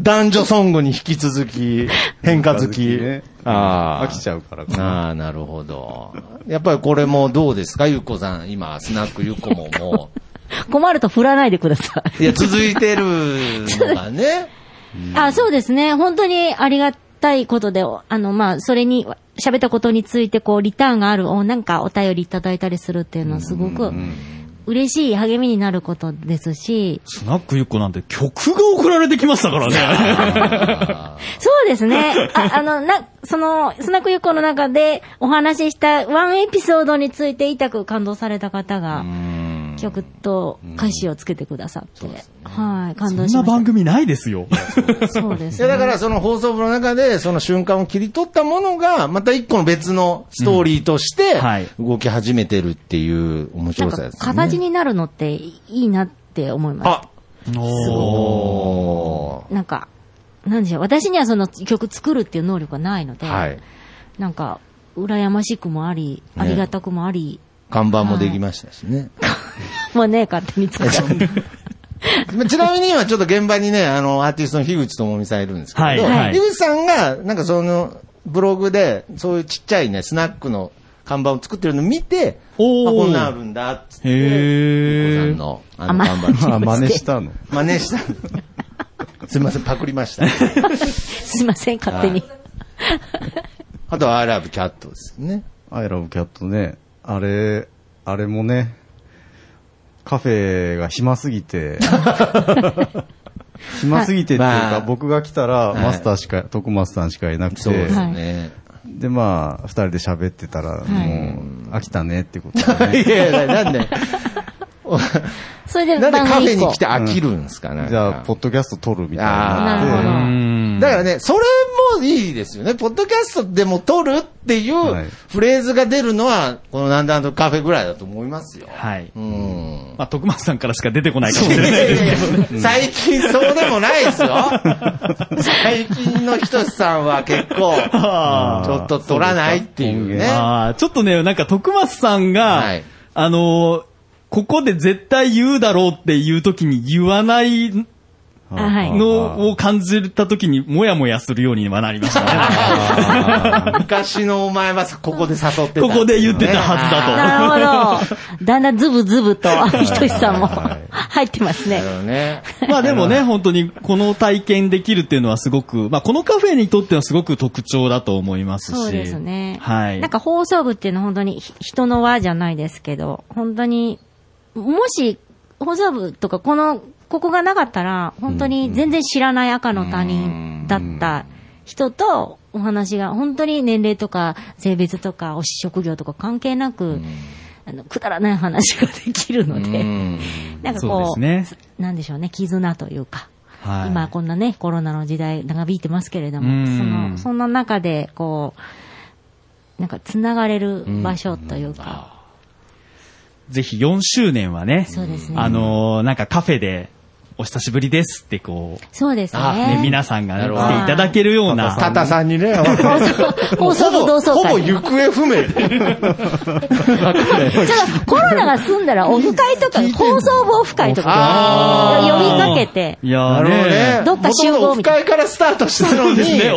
[SPEAKER 5] 男女ソングに引き続き、変化好き。
[SPEAKER 3] ね
[SPEAKER 5] ああ。
[SPEAKER 3] 飽きちゃうからかな。
[SPEAKER 5] ああ、なるほど。やっぱりこれもどうですかゆっこさん。今、スナックゆっこもも
[SPEAKER 4] 困ると振らないでください。
[SPEAKER 5] う。いや、続いてるのが ね。
[SPEAKER 4] あ、そうですね。本当にありがたいことで、おあの、まあ、それに、喋ったことについて、こう、リターンがある、お、なんかお便りいただいたりするっていうのは、すごく、嬉しい励みになることですし、
[SPEAKER 2] スナックゆっこなんて曲が送られてきましたからね。
[SPEAKER 4] そうですね。あ、あの、な、その、スナックユッコの中でお話ししたワンエピソードについて痛く感動された方が、曲と歌詞をつけてくださって、はい、感
[SPEAKER 2] そ
[SPEAKER 4] 動
[SPEAKER 2] ん
[SPEAKER 4] し
[SPEAKER 2] な
[SPEAKER 4] ま
[SPEAKER 2] 番
[SPEAKER 4] し
[SPEAKER 2] 組ないです よ。
[SPEAKER 4] た。そうで
[SPEAKER 5] い
[SPEAKER 4] す
[SPEAKER 5] や、
[SPEAKER 4] ね。
[SPEAKER 5] だからその放送部の中で、その瞬間を切り取ったものが、また一個の別のストーリーとして
[SPEAKER 2] んはい、
[SPEAKER 5] 動き始めてるって いう面
[SPEAKER 4] な
[SPEAKER 5] 白
[SPEAKER 4] ん
[SPEAKER 5] さで
[SPEAKER 4] か、
[SPEAKER 5] すね。
[SPEAKER 4] 形になるのっていいなって思います。
[SPEAKER 5] あ
[SPEAKER 2] おー
[SPEAKER 5] お
[SPEAKER 4] なんか、なんでしょう、私にはその曲作るっていう能力がないので、
[SPEAKER 5] はい。
[SPEAKER 4] なんか、羨ましくもあり、
[SPEAKER 5] ね
[SPEAKER 4] ありがたくもあり、
[SPEAKER 5] 看板もできましたしね。
[SPEAKER 4] もうね、勝手に作っちゃった。
[SPEAKER 5] まあちなみに今ちょっと現場にね、あの、アーティストの樋口智美さんいるんですけど、
[SPEAKER 2] はいはい
[SPEAKER 5] 樋口さんが、なんかその、ブログで、そういうちっちゃいね、スナックの看板を作ってるのを見て、
[SPEAKER 2] おー
[SPEAKER 5] あこんなんあるんだ、つって、お子さ
[SPEAKER 2] へ
[SPEAKER 5] ん
[SPEAKER 2] ー。
[SPEAKER 5] の、あ
[SPEAKER 4] あ
[SPEAKER 5] の
[SPEAKER 4] ま
[SPEAKER 5] 看板
[SPEAKER 3] まあ、真似したの。
[SPEAKER 5] 真似した。 すみません、パクり ました。
[SPEAKER 4] すいません、勝手に。
[SPEAKER 5] あとは、I love cat ですね。
[SPEAKER 3] アイラブキャットね。あれ、あれもね、カフェが暇すぎて、暇すぎてっていう
[SPEAKER 5] ま
[SPEAKER 3] か、
[SPEAKER 5] あ
[SPEAKER 3] 僕が来たら、
[SPEAKER 5] はい
[SPEAKER 3] マスターしか、徳松さんしかいなく
[SPEAKER 5] そうで
[SPEAKER 3] て、
[SPEAKER 5] すね。
[SPEAKER 3] で、まあ、二人で喋ってたら、もう、飽きたねってことで
[SPEAKER 5] い
[SPEAKER 3] ね。
[SPEAKER 5] やいや、なんで、
[SPEAKER 4] それで
[SPEAKER 5] なんで
[SPEAKER 4] 番
[SPEAKER 5] カフ
[SPEAKER 4] 組
[SPEAKER 5] ェ
[SPEAKER 4] 以降
[SPEAKER 5] に来て飽きるんですか、なんか
[SPEAKER 3] じゃあ、ポッドキャスト撮るみたい
[SPEAKER 5] あ
[SPEAKER 3] な。
[SPEAKER 5] ー
[SPEAKER 4] なるほど
[SPEAKER 3] で
[SPEAKER 2] うん
[SPEAKER 5] だからね、それもいいですよね。ポッドキャストでも撮るってい
[SPEAKER 3] はいう
[SPEAKER 5] フレーズが出るのは、このなんだなんとカフェぐらいだと思いますよ。
[SPEAKER 2] はい。
[SPEAKER 5] うん。
[SPEAKER 2] まあ、徳松さんからしか出てこないかもしれないですけど。
[SPEAKER 5] 最近そうでもない ですよ。最近のひとしさんは結構、
[SPEAKER 2] あー
[SPEAKER 5] ちょっと撮らないっていうね。
[SPEAKER 2] あーちょっとね、なんか徳松さんが、
[SPEAKER 5] はい
[SPEAKER 2] あのーここで絶対言うだろうっていう時に言わない
[SPEAKER 4] あはい。
[SPEAKER 2] のを感じた時にもやもやするようにはなりましたね。
[SPEAKER 5] 昔のお前はここで誘ってた、
[SPEAKER 2] ここで言ってたはずだと
[SPEAKER 4] なるほど。だんだんズブズブと、ひとしさんも入ってますね
[SPEAKER 5] だ。よね。
[SPEAKER 2] まあでもね、本当にこの体験できるっていうのはすごく、まあこのカフェにとってはすごく特徴だと思いますし。
[SPEAKER 4] そうですね。
[SPEAKER 2] はい。
[SPEAKER 4] なんか放送部っていうのは本当にひ人の輪じゃないですけど、本当に、もし放送部とかこの、ここがなかったら、本当に全然知らない赤の他人だった人とお話が、本当に年齢とか性別とかお職業とか関係なく、あの、くだらない話ができるの
[SPEAKER 5] う
[SPEAKER 4] で、
[SPEAKER 5] ん。
[SPEAKER 4] なんか
[SPEAKER 2] そうで
[SPEAKER 4] こ
[SPEAKER 2] す
[SPEAKER 4] う、
[SPEAKER 2] ね。
[SPEAKER 4] なんでしょうね、絆というか。
[SPEAKER 2] はい。
[SPEAKER 4] 今こんなね、コロナの時代長引いてますけれど
[SPEAKER 2] うん
[SPEAKER 4] も、その、そんな中で、こう、なんか繋がれる場所というか、
[SPEAKER 2] ぜひ4周年はね、
[SPEAKER 4] そうですね
[SPEAKER 2] あのーなんかカフェで、お久しぶりですってこ
[SPEAKER 4] そうです
[SPEAKER 5] あ
[SPEAKER 2] う、ね、
[SPEAKER 4] ね。
[SPEAKER 2] 皆さんがね
[SPEAKER 5] なるほ
[SPEAKER 2] 来
[SPEAKER 5] ど
[SPEAKER 2] ていただけるような。
[SPEAKER 5] タタさ んにね、
[SPEAKER 4] 放送部同窓
[SPEAKER 5] ほぼ
[SPEAKER 4] 会。ちょ
[SPEAKER 5] 行方不明。
[SPEAKER 4] っとコロナが済んだ らオフ会とか、放送部オフ会とか
[SPEAKER 5] あ、
[SPEAKER 4] 呼
[SPEAKER 5] ー
[SPEAKER 4] びかけて、
[SPEAKER 2] いや
[SPEAKER 5] な
[SPEAKER 2] ー
[SPEAKER 5] るほど
[SPEAKER 2] ね
[SPEAKER 5] ね。
[SPEAKER 4] どっか集合みた
[SPEAKER 5] 元々オフ会からスタートしてたのに。
[SPEAKER 2] ですね。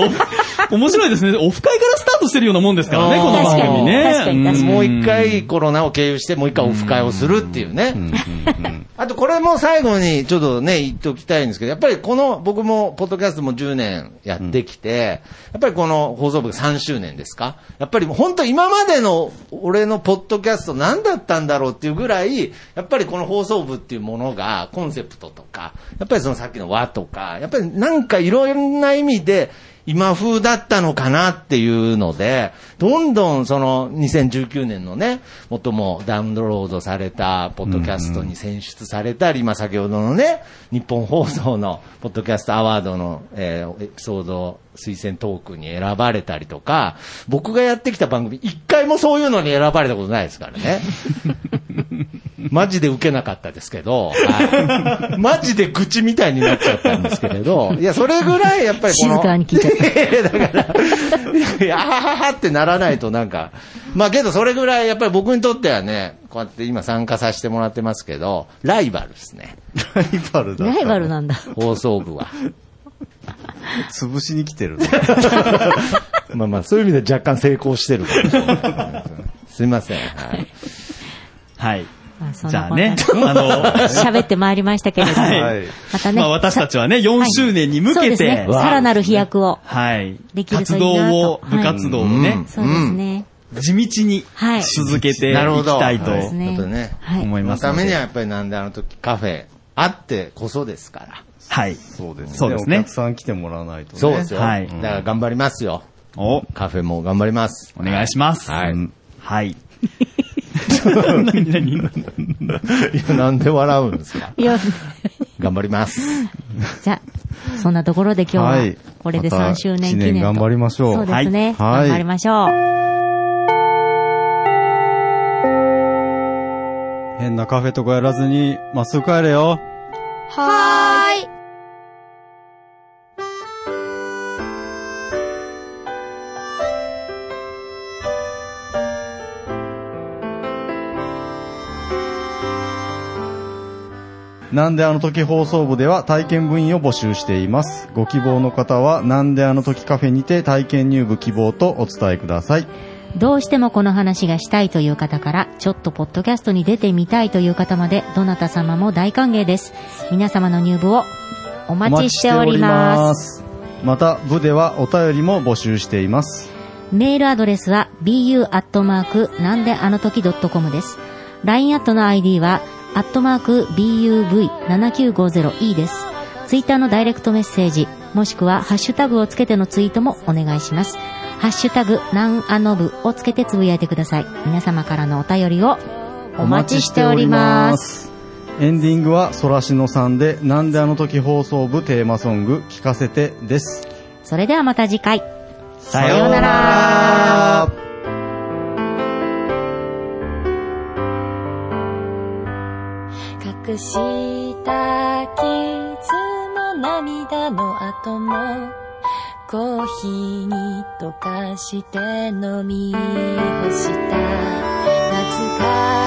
[SPEAKER 2] お 面白いですね。オフ会からスタートしてるようなもんですからね、
[SPEAKER 5] あー
[SPEAKER 2] この番組ね。
[SPEAKER 4] 確かに確かに確かに
[SPEAKER 2] ん
[SPEAKER 5] もう一回コロナを経由して、もう一回オフ会をするっていうね。あとこれも最後にちょっとね、言っておきたいんですけど、やっぱりこの、僕も、ポッドキャストも10年やってきて、やっぱりこの放送部3周年ですかやっぱり本当今までの俺のポッドキャスト何だったんだろうっていうぐらい、やっぱりこの放送部っていうものが、コンセプトとか、やっぱりそのさっきの和とか、やっぱりなんかいろんな意味で、今風だったのかなっていうので、どんどんその2019年のね、最もダウンロードされたポッドキャストに選出されたり、まあ先ほどのね、日本放送のポッドキャストアワードの、えーエピソード推薦トークに選ばれたりとか、僕がやってきた番組、一回もそういうのに選ばれたことないですからね。マジで受けなかったですけど、はいマジで愚痴みたいになっちゃったんですけれど、いや、それぐらいやっぱりこの
[SPEAKER 4] 静かに聞いちゃっ
[SPEAKER 5] だから、いやあはははってならないとなんか、まあけどそれぐらいやっぱり僕にとってはね、こうやって今参加させてもらってますけど、ライバルですね、
[SPEAKER 3] ライバルだった。
[SPEAKER 4] ライバルなん だ。
[SPEAKER 5] 放送部は。
[SPEAKER 3] 潰しに来てるね。
[SPEAKER 5] まあまあ、そういう意味で若干成功してるかもしれないですねすいません。はい
[SPEAKER 2] はい。
[SPEAKER 4] まあそん
[SPEAKER 2] じ
[SPEAKER 4] な
[SPEAKER 2] ゃ
[SPEAKER 4] こ
[SPEAKER 2] あ
[SPEAKER 4] んな
[SPEAKER 2] ね
[SPEAKER 4] で、
[SPEAKER 2] あの、
[SPEAKER 4] 喋ってまいりましたけれども、
[SPEAKER 2] は
[SPEAKER 3] はい
[SPEAKER 4] またね、
[SPEAKER 2] まあ私たちはね、4周年に向
[SPEAKER 4] そう
[SPEAKER 2] け
[SPEAKER 4] ですね
[SPEAKER 2] て、、
[SPEAKER 4] さらなる飛躍を。
[SPEAKER 2] はい
[SPEAKER 4] で。きると
[SPEAKER 2] 活
[SPEAKER 4] いいな
[SPEAKER 2] 動を
[SPEAKER 4] と、
[SPEAKER 2] 部活動をね、
[SPEAKER 4] そうですね。
[SPEAKER 2] 地道に
[SPEAKER 4] はい
[SPEAKER 2] 続けてい
[SPEAKER 5] なるほ
[SPEAKER 2] き
[SPEAKER 5] ど。
[SPEAKER 2] たいと
[SPEAKER 5] は
[SPEAKER 4] ですね
[SPEAKER 5] ちょっとね。
[SPEAKER 4] はい。
[SPEAKER 2] 思います
[SPEAKER 5] その
[SPEAKER 2] の
[SPEAKER 5] ために
[SPEAKER 2] で。
[SPEAKER 5] はやっぱりなんであの時カフェあってこそですから。
[SPEAKER 2] はい。
[SPEAKER 3] そうですね。
[SPEAKER 2] そうですね
[SPEAKER 3] お客さん来てもらわないとね。
[SPEAKER 5] そうですよ。
[SPEAKER 2] はい
[SPEAKER 5] だから頑張りますよ。
[SPEAKER 2] お、お
[SPEAKER 5] カフェも頑張ります。
[SPEAKER 2] 願いします。
[SPEAKER 5] はい。い
[SPEAKER 2] はい。 何何
[SPEAKER 5] や、 なんで笑うんですか
[SPEAKER 4] いや
[SPEAKER 5] 頑張ります。
[SPEAKER 4] じゃあ、そんなところで今日は
[SPEAKER 3] はい、
[SPEAKER 4] これで
[SPEAKER 3] また
[SPEAKER 4] 3周年記
[SPEAKER 3] 一
[SPEAKER 4] 念
[SPEAKER 3] 年
[SPEAKER 4] と。
[SPEAKER 3] 頑張りましょう
[SPEAKER 4] そうですね。
[SPEAKER 3] はい
[SPEAKER 4] 頑張りましょう。
[SPEAKER 3] 変なカフェとかやらずに、まっすぐ帰れよ。
[SPEAKER 4] はーい。
[SPEAKER 3] なんであの時放送部では体験部員を募集しています。ご希望の方は、なんであの時カフェにて体験入部希望とお伝えください。
[SPEAKER 4] どうしてもこの話がしたいという方から、ちょっとポッドキャストに出てみたいという方まで、どなた様も大歓迎です。皆様の入部をお
[SPEAKER 3] お
[SPEAKER 4] 待ちしております。
[SPEAKER 3] す。また、部ではお便りも募集しています。
[SPEAKER 4] メールアドレスは bu アットマークなんであの時 .com です。LINE アットの ID はアットマーク buv7950e です。ツイッターのダイレクトメッセージ、もしくはハッシュタグをつけてのツイートもお願いします。ハッシュタグなんあのぶをつけてつぶやいてください。皆様からのお便りをお待ちしております。
[SPEAKER 3] す。エンディングは、そらしのさんで、なんであの時放送部テーマソング、聞かせてです。
[SPEAKER 4] それではまた次回。
[SPEAKER 5] さ
[SPEAKER 4] さようなら。
[SPEAKER 6] 隠した傷も涙の後もコーヒーに溶かして飲み干した懐か